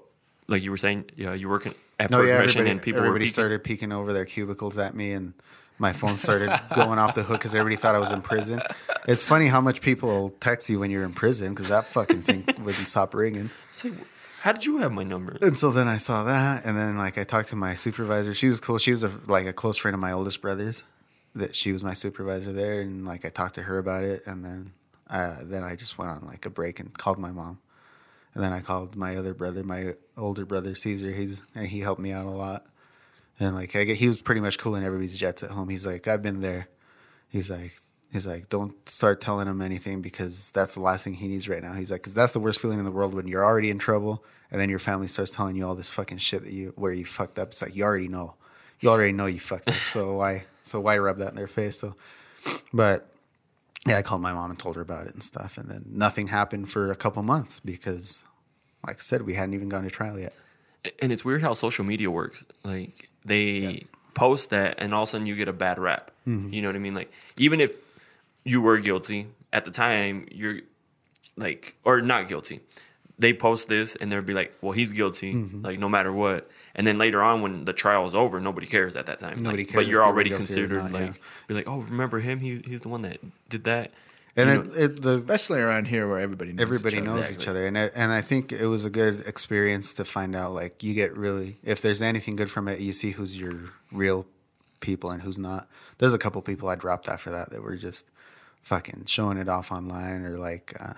like you were saying, yeah, you work in at No, yeah, progression, everybody, and people were everybody peeking. started peeking over their cubicles at me, and my phone started going off the hook because everybody thought I was in prison. It's funny how much people text you when you're in prison because that fucking thing wouldn't stop ringing. It's like, how did you have my number? And so then I saw that, and then like I talked to my supervisor. She was cool. She was a, like a close friend of my oldest brother's. That she was my supervisor there, and like I talked to her about it, and then uh, then I just went on like a break and called my mom, and then I called my other brother, my older brother Caesar. He's and he helped me out a lot, and like I get, he was pretty much cooling everybody's jets at home. He's like, I've been there. He's like. He's like, don't start telling him anything because that's the last thing he needs right now. He's like, because that's the worst feeling in the world when you're already in trouble and then your family starts telling you all this fucking shit that you where you fucked up. It's like you already know, you already know you fucked up. So why, so why rub that in their face? So, but yeah, I called my mom and told her about it and stuff, and then nothing happened for a couple months because, like I said, we hadn't even gone to trial yet. And it's weird how social media works. Like they post that, and all of a sudden you get a bad rap. Mm-hmm. You know what I mean? Like even if you were guilty at the time, you're like or not guilty. They post this, and they'll be like, "Well, he's guilty." Mm-hmm. Like no matter what. And then later on, when the trial is over, nobody cares at that time. Like, Nobody But you're cares if you were already guilty or considered not, like, yeah. be like, "Oh, remember him? He, he's the one that did that." You know- And it, it, the Especially around here where everybody knows everybody each other. knows each other and I, and I think it was a good experience to find out like you get really if there's anything good from it you see who's your real people and who's not there's a couple people I dropped after that that were just fucking showing it off online or like uh,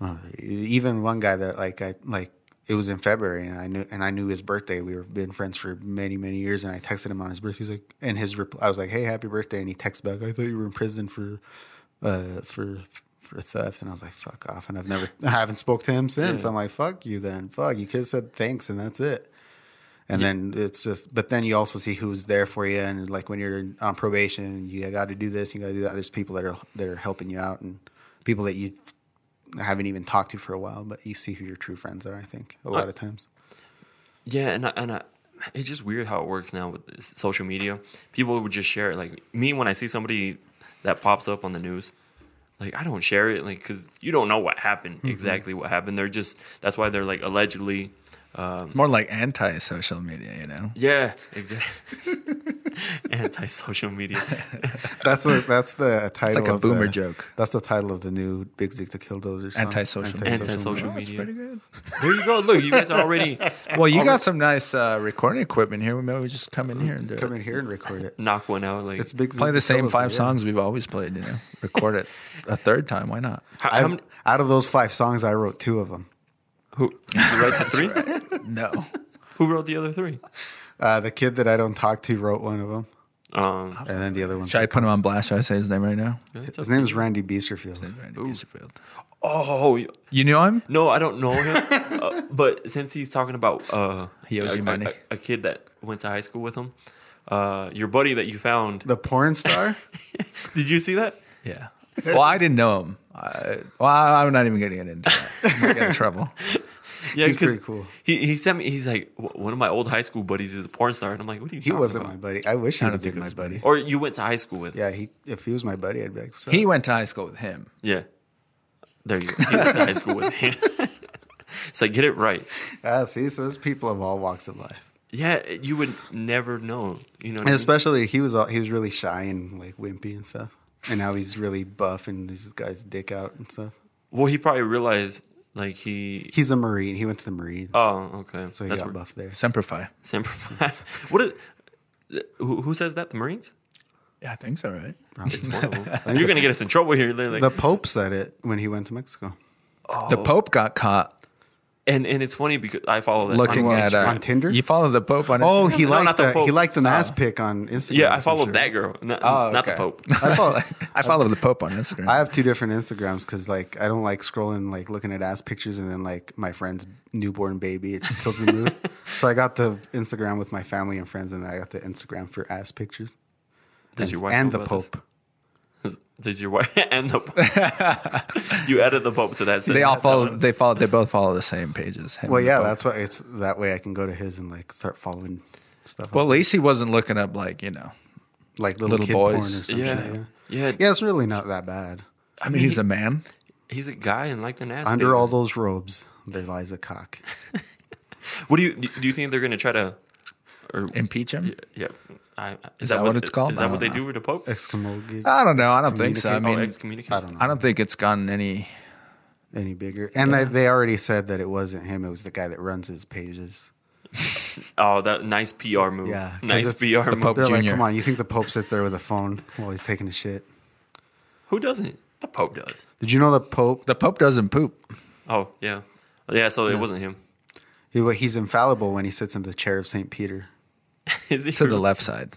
uh, even one guy that like I like it was in February and I knew and I knew his birthday we were been friends for many many years and I texted him on his birthday he's like and his reply I was like hey happy birthday and he texts back I thought you were in prison for uh for for theft, and I was like, "Fuck off!" And I've never, I haven't spoke to him since. Yeah. I'm like, "Fuck you, then. Fuck you." Could have said thanks, and that's it. And then it's just, but then you also see who's there for you, and like when you're on probation, you got to do this, you got to do that. There's people that are that are helping you out, and people that you haven't even talked to for a while, but you see who your true friends are. I think Uh, a lot of times. Yeah, and I, and I, it's just weird how it works now with s- social media. People would just share it. Like me, when I see somebody that pops up on the news, like I don't share it, like because you don't know what happened exactly what happened. They're just that's why they're like allegedly. It's more like anti social media, you know? Yeah, exactly. Anti social media. That's the that's the title. like a of the- boomer joke. That's the title of the new Big Zeke the Killdozer song. Antisocial. Antisocial That's media. pretty good. There you go. Look, you guys are already Well, you got some nice uh, recording equipment here. Maybe we just come in here and do Come it. in here and record it. knock one out. Like It's Big Zeke Play the same Killdozer, five yeah. songs we've always played, you know? Record it a third time. Why not? how, how I've- many, out of those five songs, I wrote two of them. who you write the three? No. Who wrote the other three? Uh, the kid that I don't talk to wrote one of them, Um, and then the other one. Should I put him on blast? Should I say his name right now? it's His up- name is Randy Beesterfield. Randy Beesterfield. oh, you- You knew him? No, I don't know him. uh, but since he's talking about uh, He owes a, you money. a, a kid that went to high school with him, uh, your buddy that you found. The porn star? Did you see that? Yeah. Well, I didn't know him. I, well, I- I'm not even getting into that. I'm gonna get in trouble. Yeah, He's 'cause pretty cool. He he sent me. He's like "W- one of my old high school buddies is a porn star, and I'm like, what are you? he talking wasn't about? my buddy. I wish he I would don't have been think my it was buddy. Or you went to high school with? Yeah, he if he was my buddy, I'd be like, "What's up?" He went to high school with him. Yeah. There you go. He went to high school with him. it's like get it right. ah, see, so there's people of all walks of life. Yeah, you would never know. You know. what I And mean? especially he was all, he was really shy and like wimpy and stuff. And now he's really buff and this guy's dick out and stuff. Well, he probably realized like he. He's a marine. He went to the Marines, Oh, okay. so he got where- buff there. Semper Fi. Semper Fi. what? Is, who, who says that? The Marines? Yeah, I think so, right? It's one of them. You're gonna get us in trouble here, like, The Pope said it when he went to Mexico. Oh. The Pope got caught and and it's funny because I follow that. looking on- at uh, on Tinder? You follow the Pope on Oh, Instagram? he No, not liked the a, he Pope. Oh. liked an ass pic on Instagram. yeah, I or some followed shit. that girl, not, Oh, not the okay. Pope. I follow, I follow the Pope on Instagram. I have two different Instagrams because like I don't like scrolling like looking at ass pictures and then like my friend's newborn baby. It just kills the mood. so I got the Instagram with my family and friends, and then I got the Instagram for ass pictures. Does and, your wife and know the about this? Pope? Does your wife and the Pope? you added the Pope to that. they all sentence. follow. They follow. They both follow the same pages. him Well, and the yeah, Pope. that's why it's that way I can go to his and like start following stuff. Well, at least he wasn't looking up like you know. like little, little kid boys. porn or something. Yeah. Yeah. Yeah. yeah, it's really not that bad. I mean, he's a man. He's a guy and like an ass. Under baby. all those robes, there lies a cock. what do you do? You think they're gonna try to? Or Impeach him. yeah, I, is, that what it's called? Is I that what they don't know. do with the Pope? Excommunicate. I don't know. I don't think so. I Excommunicate. Oh, mean, excommunicate. I don't know. I don't think it's gotten any. any bigger. And they- they already said that it wasn't him; it was the guy that runs his pages. Oh, that nice PR move. Yeah, 'cause nice it's PR the move. Pope. They're like, Junior. "Come on, you think the Pope sits there with a phone while he's taking a shit?" Who doesn't? The Pope does. Did you know the Pope? The Pope doesn't poop. Oh yeah, yeah. So it wasn't him. He, he's infallible when he sits in the chair of Saint Peter. Is he? To the left side.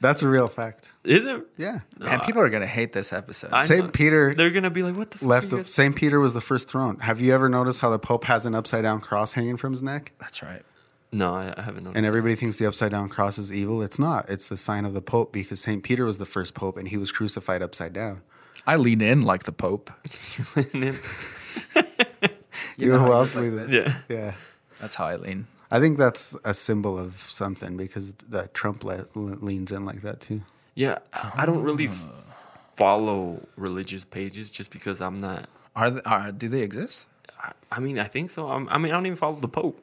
That's a real fact. Is it? Yeah, and people are gonna hate this episode. I- Saint Peter They're gonna be like, what the fuck left. are you The, guys- Saint Peter was the first throne. Have you ever noticed how the Pope has an upside down cross hanging from his neck? That's right. No, I, I haven't noticed. And everybody thinks the upside down cross is evil. It's not. It's the sign of the Pope because Saint Peter was the first Pope and he was crucified upside down. I lean in like the Pope. And then- You, know, who else? leaves it? yeah. yeah. That's how I lean. I think that's a symbol of something because that Trump le- le- leans in like that too. Yeah. I- I don't really f- follow religious pages just because I'm not. Are, they, are do they exist? I, I mean, I think so. I'm, I mean, I don't even follow the Pope.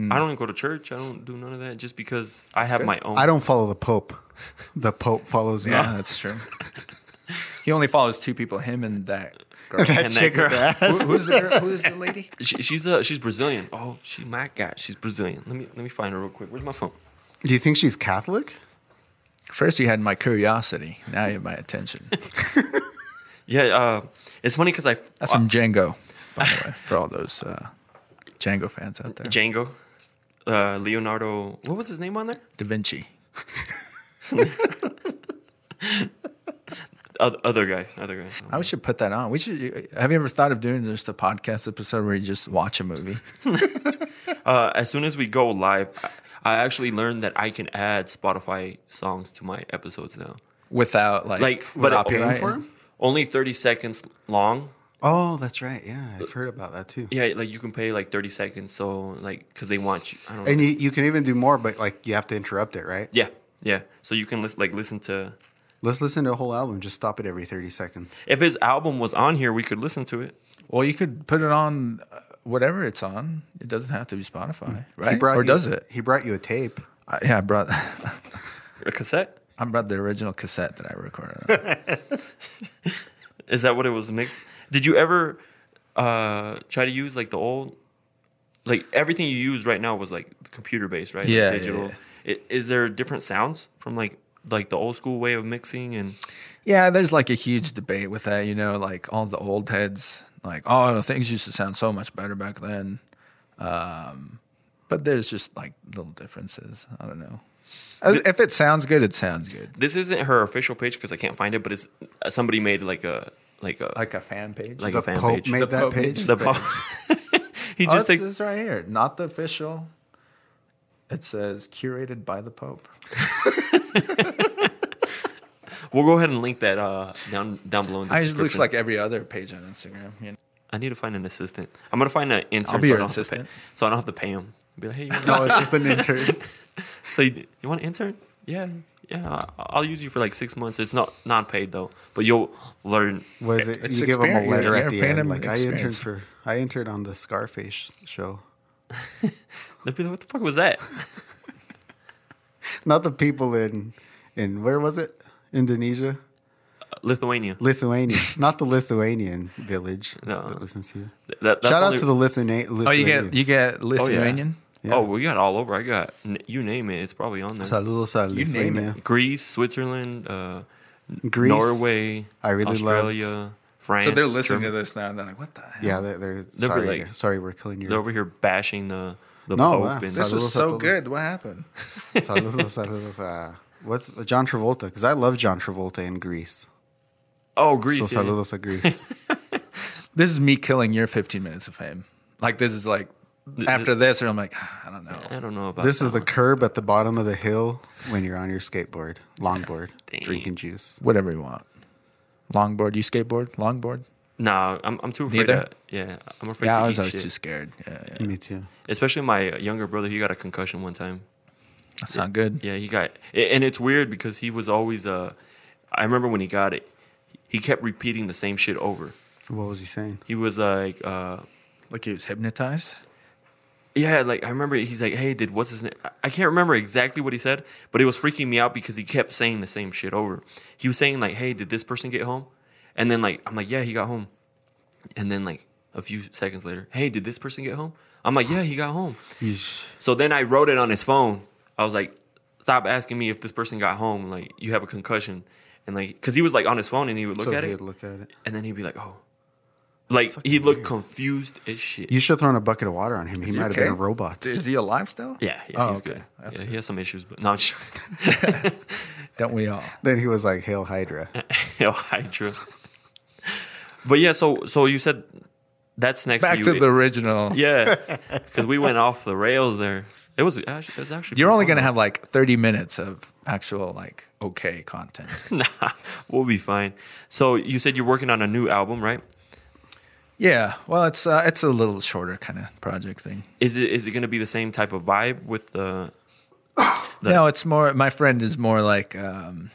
I don't even go to church. I don't do none of that just because I have my own. I don't follow the Pope. The Pope follows me. that's true. he only follows two people, him and that girl. and that girl, Who- who's, the girl? who's the lady? she, she's a she's Brazilian. Oh, she my God, she's Brazilian. Let me let me find her real quick. Where's my phone? Do you think she's Catholic? First, you had my curiosity. Now you have my attention. Yeah, uh, it's funny because I uh, That's from Django, by the way, for all those uh, Django fans out there. Django, uh, Leonardo. What was his name on there? da Vinci. Oth- Other guy, other guy. I should put that on. We should. Have you ever thought of doing just a podcast episode where you just watch a movie? Uh, as soon as we go live, I I actually learned that I can add Spotify songs to my episodes now. without like, Like, but without it- Paying copyright. for him? Only thirty seconds long. Oh, that's right. Yeah, I've heard about that too. Yeah, like you can pay like thirty seconds. So like, cause they want you. I don't. know. And you, you can even do more, but like you have to interrupt it, right? yeah, yeah. So you can listen, like listen to. Let's listen to a whole album. Just stop it every thirty seconds. If his album was on here, we could listen to it. Well, you could put it on uh, whatever it's on. It doesn't have to be Spotify, He right? brought Or you- does it? He brought you a tape. I, yeah, I brought A cassette? I brought the original cassette that I recorded. Is that what it was mixed? Did you ever uh, try to use like the old, like everything you use right now was like computer based, right? Like, Yeah, yeah, digital. yeah. I- is there different sounds from like like the old school way of mixing and yeah, there's like a huge debate with that. You know, like all the old heads, like oh, things used to sound so much better back then. Um, but there's just like little differences. I don't know. As- If it sounds good, it sounds good. this isn't her official page because I can't find it, but it's uh, somebody made like a like a like, Like a fan page. a The fan Pope page. made that Pope page. the Pope. he Oh, just this takes is right here, not the official. It says curated by the Pope. We'll go ahead and link that uh, down down below. In the I, it looks description. like every other page on Instagram. You know? I need to find an assistant. I'm gonna find an intern. be so your I don't have to assistant. Pay, so I don't have to pay him. Be like, hey, you wanna, No, it's just an intern. so you, you want an intern? Yeah, yeah. I- I'll use you for like six months. It's not not paid though, but you'll learn. Was it? It's you give them a experience. letter Yeah, at the paying them end. Like I entered experience. for. I entered on the Scarface show. They'll be like, what the fuck was that? Not the people in in where was it? Indonesia, Lithuania. Lithuania. Not the Lithuanian village No. that listens to you. Th- that- that's Shout out only- to the Lithuania. Oh, you get you get Lithuanian. Oh, we got all over. I got n- you name it. It's probably on there. Saludos a You name Lithuania. Greece, Switzerland, uh, Greece. Norway, I really loved- Australia, France. So they're listening Germany. to this now, and they're like, "What the hell?" Yeah, they're, they're sorry. like- sorry, we're killing They're your. over here bashing the the No, Pope. wow. and- This This was Saludos a so todos. good. What happened? Saludos, saludos. Uh, what's John Travolta? Because I love John Travolta in Greece. oh, Greece. So yeah, yeah. saludos a Greece. This is me killing your 15 minutes of fame. Like this is like after this, or I'm like, "Ah, I don't know. I don't know about This that is the one. curb at the bottom of the hill when you're on your skateboard, longboard, Dang. drinking juice. Whatever you want. Longboard, you skateboard, longboard. No, I'm I'm too afraid. Neither? To, yeah, I'm afraid Yeah, to I was eat always shit. too scared. Yeah, yeah. Me too. Especially my younger brother, he got a concussion one time. that's not good. Yeah, he got, a- and it's weird because he was always. Uh, I remember when he got it, he kept repeating the same shit over. What was he saying? He was like, uh, Like he was hypnotized. yeah, like I remember he's like, hey, did what's his name? I- I can't remember exactly what he said, but it was freaking me out because he kept saying the same shit over. He was saying like, hey, did this person get home? And then like, I'm like, yeah, he got home. And then like a few seconds later, hey, did this person get home? I'm like, yeah, he got home. Yeesh. So then I wrote it on his phone. I was like, stop asking me if this person got home. Like, you have a concussion. And like, because he was like on his phone and he would look so at he it. would look at it. and then he'd be like, oh. Like, he looked confused as shit. You should have thrown a bucket of water on him. He he might have been a okay? robot. Is he alive still? yeah, yeah, Oh, he's okay. good. That's yeah, good. he has some issues, but no, I'm sure. Don't we all? Then he was like, Hail Hydra. Uh, Hail Hydra. but yeah, so so you said that's next Back you. to the original. yeah, because we went off the rails there. It was actually, it was actually You're pretty only fun, going to have like 30 minutes of actual like okay content. Nah, we'll be fine. So you said you're working on a new album, right? yeah, well, it's uh, it's a little shorter kind of project thing. Is it is it going to be the same type of vibe with the? the- no, it's more. My friend is more like um,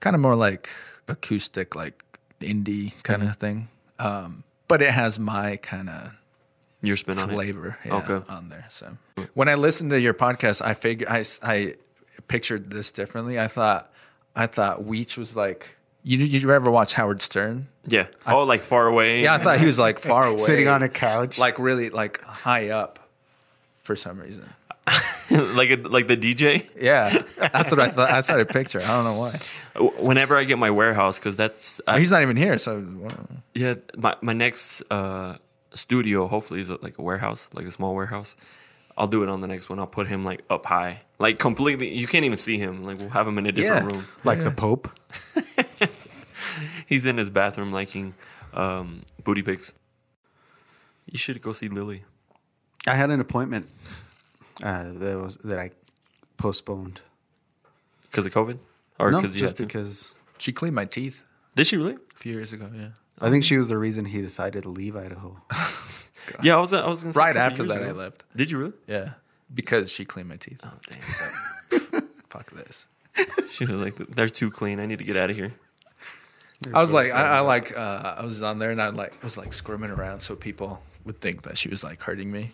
kind of more like acoustic, like indie kind Mm-hmm. of thing. Um, but it has my kind of your spin on it? flavor yeah, Okay. on there. So when I listened to your podcast, I figure I, s- I pictured this differently. I thought I thought Weech was like you. You ever watch Howard Stern? Yeah. oh, like far away. Yeah, I thought he was like far away, Sitting on a couch. like really like high up, for some reason. like a, like the DJ. Yeah, that's what I thought. That's what I pictured. I don't know why. Whenever I get my warehouse, because that's I, He's not even here, so yeah. My my next uh, studio hopefully is like a warehouse, like a small warehouse. I'll do it on the next one. I'll put him like up high, like completely. You can't even see him. Like we'll have him in a different Yeah. room. Like the Pope. He's in his bathroom liking um, booty pics. You should go see Lily. I had an appointment uh, that was that I postponed. Because of COVID? Or no, you just had to? because She cleaned my teeth Did she really? a few years ago. Yeah. Oh. I think she was the reason he decided to leave Idaho. Yeah, I was. I was gonna say a Right couple after years that, I ago. left. Did you really? Yeah, because she cleaned my teeth. Oh, damn. Fuck this. she was like, "They're too clean. I need to get out of here." I was like, I, I like, uh, I was on there and I like was like squirming around so people would think that she was like hurting me,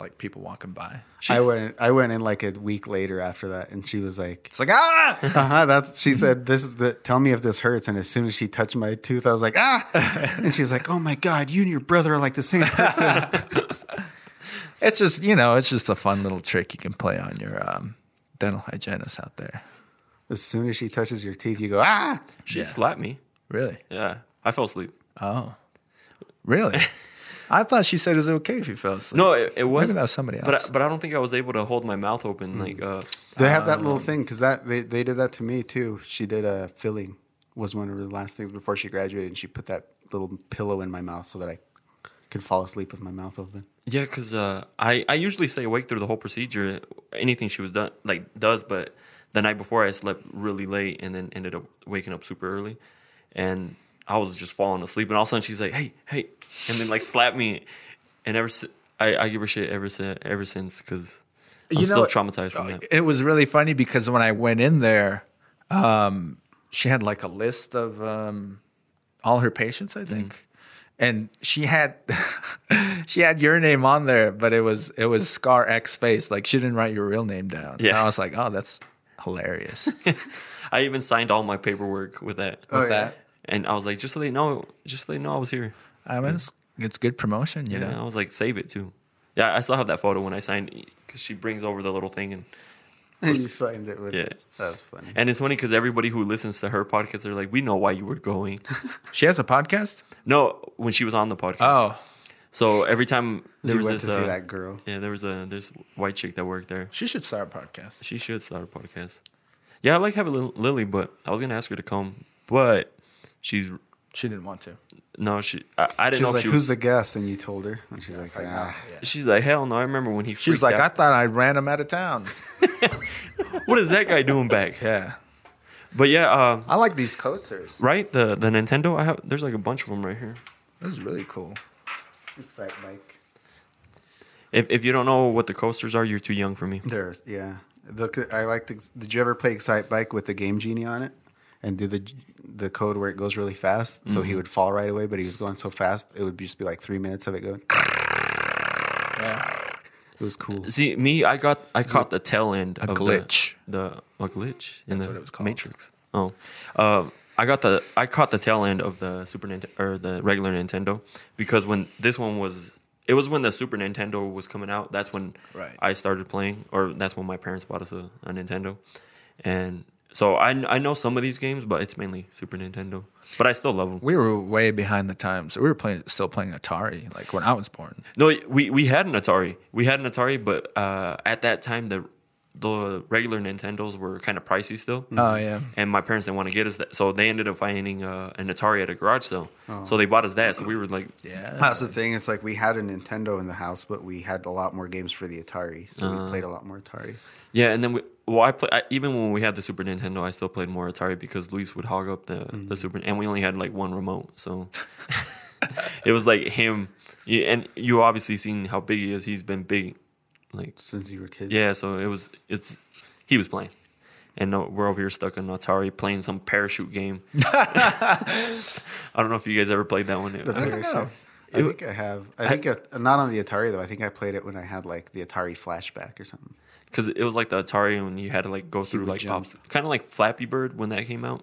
like people walking by. I went I went in like a week later after that, and she was like, It's like ah, uh-huh, that's she said this is the tell me if this hurts and as soon as she touched my tooth i was like ah and she's like oh my god you and your brother are like the same person it's just you know, it's just a fun little trick you can play on your um, dental hygienist out there. as soon as she touches your teeth you go ah She Yeah. slapped me. Really? Yeah, I fell asleep. Oh, really? I thought she said it was okay if you fell asleep. No, it, it was. maybe that was somebody else. Hmm. But I, but I don't think I was able to hold my mouth open. Like, uh, they have that little thing because that they, they did that to me too she did a filling was one of the last things before she graduated and she put that little pillow in my mouth so that i could fall asleep with my mouth open yeah, because uh, I I usually stay awake through the whole procedure. Anything she was done like does, but the night before I slept really late and then ended up waking up super early, and I was just falling asleep. And all of a sudden she's like, "Hey, hey," and then like slapped me, and ever si- I, I give her shit ever since ever since because I'm You still know- Oh, traumatized from that. It was really funny because when I went in there, um, she had like a list of um, all her patients, I think, Mm-hmm. and she had she had your name on there, but it was it was Scar X Face. Like she didn't write your real name down. And Yeah. I was like, oh, that's hilarious. I even signed all my paperwork with that. Oh, yeah. That And I was like, just so they know, just so they know I was here. I mean, it's, it's good promotion, you Yeah. know. I was like, save it too. Yeah, I still have that photo when I signed because she brings over the little thing and and you signed it with Yeah. that's funny and it's funny because everybody who listens to her podcast, they're like, we know why you were going. She has a podcast. no, when she was on the podcast. Oh, so every time there you was went this, to see uh, that girl yeah, there was a there's white chick that worked there. she should start a podcast. She should start a podcast. Yeah, I like having Lil- Lily, but I was gonna ask her to come, but she's She didn't want to. no, she I, I didn't she know if was like she who's was. the guest and you told her and she's like ah. She's like, hell no! I remember when he. She was freaked like, I out. thought I ran him out of town. "What is that guy doing back?" yeah, But yeah, uh, I like these coasters. right the the Nintendo. I have there's like a bunch of them right here. This is really cool. it's like like If if you don't know what the coasters are, you're too young for me. There's yeah. Look, I like. The, did you ever play Excite Bike with the Game Genie on it, and do the the code where it goes really fast? So he would fall right away, but he was going so fast it would just be like three minutes of it going. Yeah. It was cool. See me, I got I caught the tail end of the- glitch. The, a glitch in the what it was called. Matrix. Oh, Um I got the I caught the tail end of the Super Nintendo or the regular Nintendo because when this one was. It was when the Super Nintendo was coming out. That's when Right. I started playing, or that's when my parents bought us a, a Nintendo, and so I I know some of these games, but it's mainly Super Nintendo. But I still love them. We were way behind the times. We were playing, still playing Atari, like when I was born. No, we we had an Atari. We had an Atari, but uh, at that time the the regular Nintendos were kind of pricey still. Oh yeah, and my parents didn't want to get us that, so they ended up finding uh, an Atari at a garage sale. So they bought us that. So we were like, yeah. That's the thing. It's like we had a Nintendo in the house, but we had a lot more games for the Atari, so we played a lot more Atari. yeah. And then we, well, I play I, even when we had the Super Nintendo, I still played more Atari because Luis would hog up the the Super, and we only had like one remote, so it was like him. Yeah, And you obviously seen how big he is. He's been big, like Since you were kids, Yeah, so it was it's he was playing. And uh, we're over here stuck in Atari playing some parachute game. I don't know if you guys ever played that one. I It- don't know. I think I have. I think I, not on the Atari though. I think I played it when I had like the Atari Flashback or something. Cuz it was like the Atari when you had to like go through like jump. obstacles. Kind of like Flappy Bird when that came out.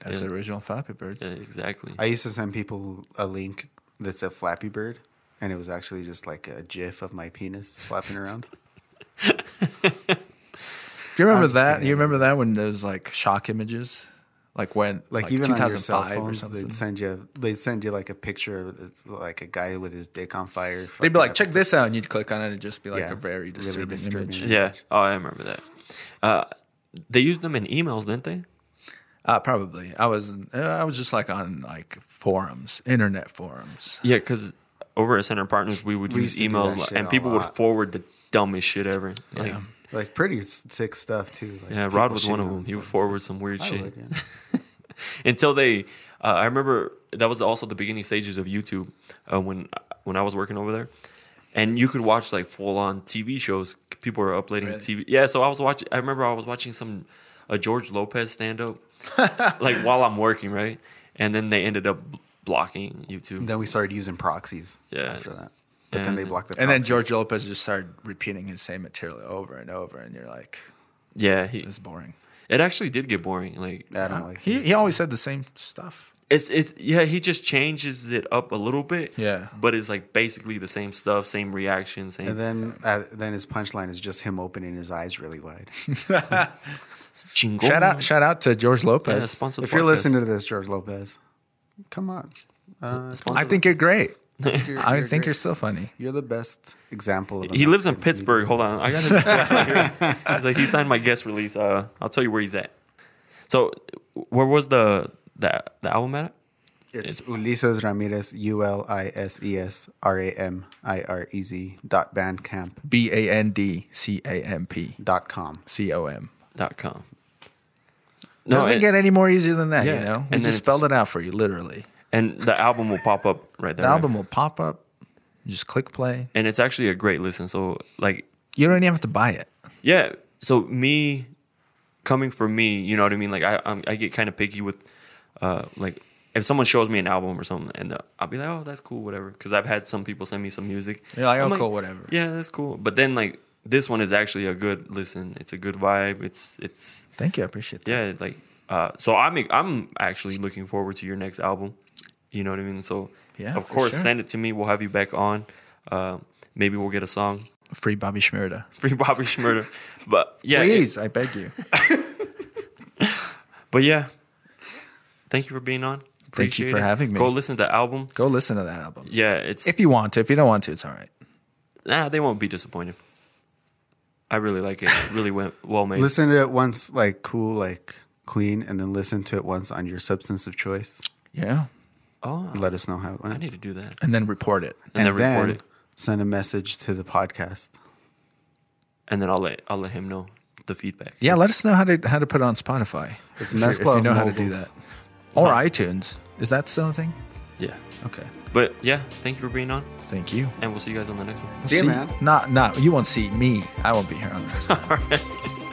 That's the original Flappy Bird. Yeah, exactly. I used to send people a link that said Flappy Bird, and it was actually just like a GIF of my penis flapping around. Do you remember I'm just that? kidding. You remember that when those like shock images, like when Like, even on your cell 2005 phones, they'd send you they'd send you like a picture of it's like a guy with his dick on fire. They'd be like, "Check this out," and you'd click on it, and it'd just be like Yeah, a very really disturbing, disturbing. image. yeah. Oh, I remember that. Uh, they used them in emails, didn't they? Uh, probably. I was uh, I was just like on like forums, internet forums. Yeah, because over at Center Partners, we would We use used to do emails that like- shit and a people would lot. forward the dumbest shit ever. Like, yeah. Like pretty s- sick stuff too. Like people Rod was shitting one of on them. He would themselves. forward some weird I shit would, yeah. until they. Uh, I remember that was also the beginning stages of YouTube uh, when when I was working over there, and you could watch like full on TV shows. People were uploading Really? TV. Yeah, so I was watching. I remember I was watching some a George Lopez stand up, like while I'm working, right? And then they ended up bl- blocking YouTube. Then we started using proxies. Yeah. After that, but then they And- blocked the. And then proxies. George Lopez just started repeating his same material over and over, and you're like, yeah, he, it's boring. it actually did get boring. Like I don't like. He he always said the same stuff. It's it yeah, he just changes it up a little bit. Yeah. But it's like basically the same stuff, same reaction, same And then uh, then his punchline is just him opening his eyes really wide. chingo. Shout out shout out to George Lopez. Yeah, sponsor the if you're podcast. listening to this, George Lopez, come on. Uh, come I think you're great. on. You're- I you're think you're great. still funny. you're the best example of. a he lives in Mexican. Pittsburgh. Hold on. I got his address right here. He's like he signed my guest release. Uh I'll tell you where he's at. So where was the the, the album at? It's Ulises Ramirez, U L I S E S R A M I R E Z dot bandcamp B A N D C A M P dot com. C O M. Dot com. Doesn't and, get any more easier than that, Yeah, you know. and We then just spelled it's- it out for you, literally. and the album will pop up right there. The album will pop up. You just click play. and it's actually a great listen. So like You don't even have to buy it. Yeah. So me coming from me, you know what I mean? Like I I'm, I get kind of picky with uh like if someone shows me an album or something and uh, I'll be like, "Oh, that's cool, whatever." Cuz I've had some people send me some music. You're like, I'm "Oh, cool, whatever." Yeah, that's cool. But then like this one is actually a good listen. It's a good vibe. It's it's Thank you. I appreciate that. yeah, it's like uh so I'm I'm actually looking forward to your next album. You know what I mean? So Yeah, of for course, sure. send it to me. We'll have you back on. Uh, maybe we'll get a song. Free Bobby Schmurda. Free Bobby Schmurda. But yeah, it- Please, I beg you. But yeah, thank you for being on. Thank you for it. having me. Go listen to the album. Go listen to that album. Yeah, it's If you want to. If you don't want to, it's all right. nah, they won't be disappointed. I really like it. It Really went well made. Listen to it once, like cool, like clean, and then listen to it once on your substance of choice. Yeah. oh, Let us know how it went. I need to do that And then report it. and, then report it, send a message to the podcast. and then I'll let I'll let him know the feedback. Yeah, let us know how to how to put it on Spotify. It's If you- Mess if you Love know how to do Mobiles. that. Or Awesome. iTunes. Is that still a thing? yeah. Okay. But yeah, thank you for being on, Thank you. and we'll see you guys on the next one. See ya, man. Not not you won't see me. I won't be here on this. All right.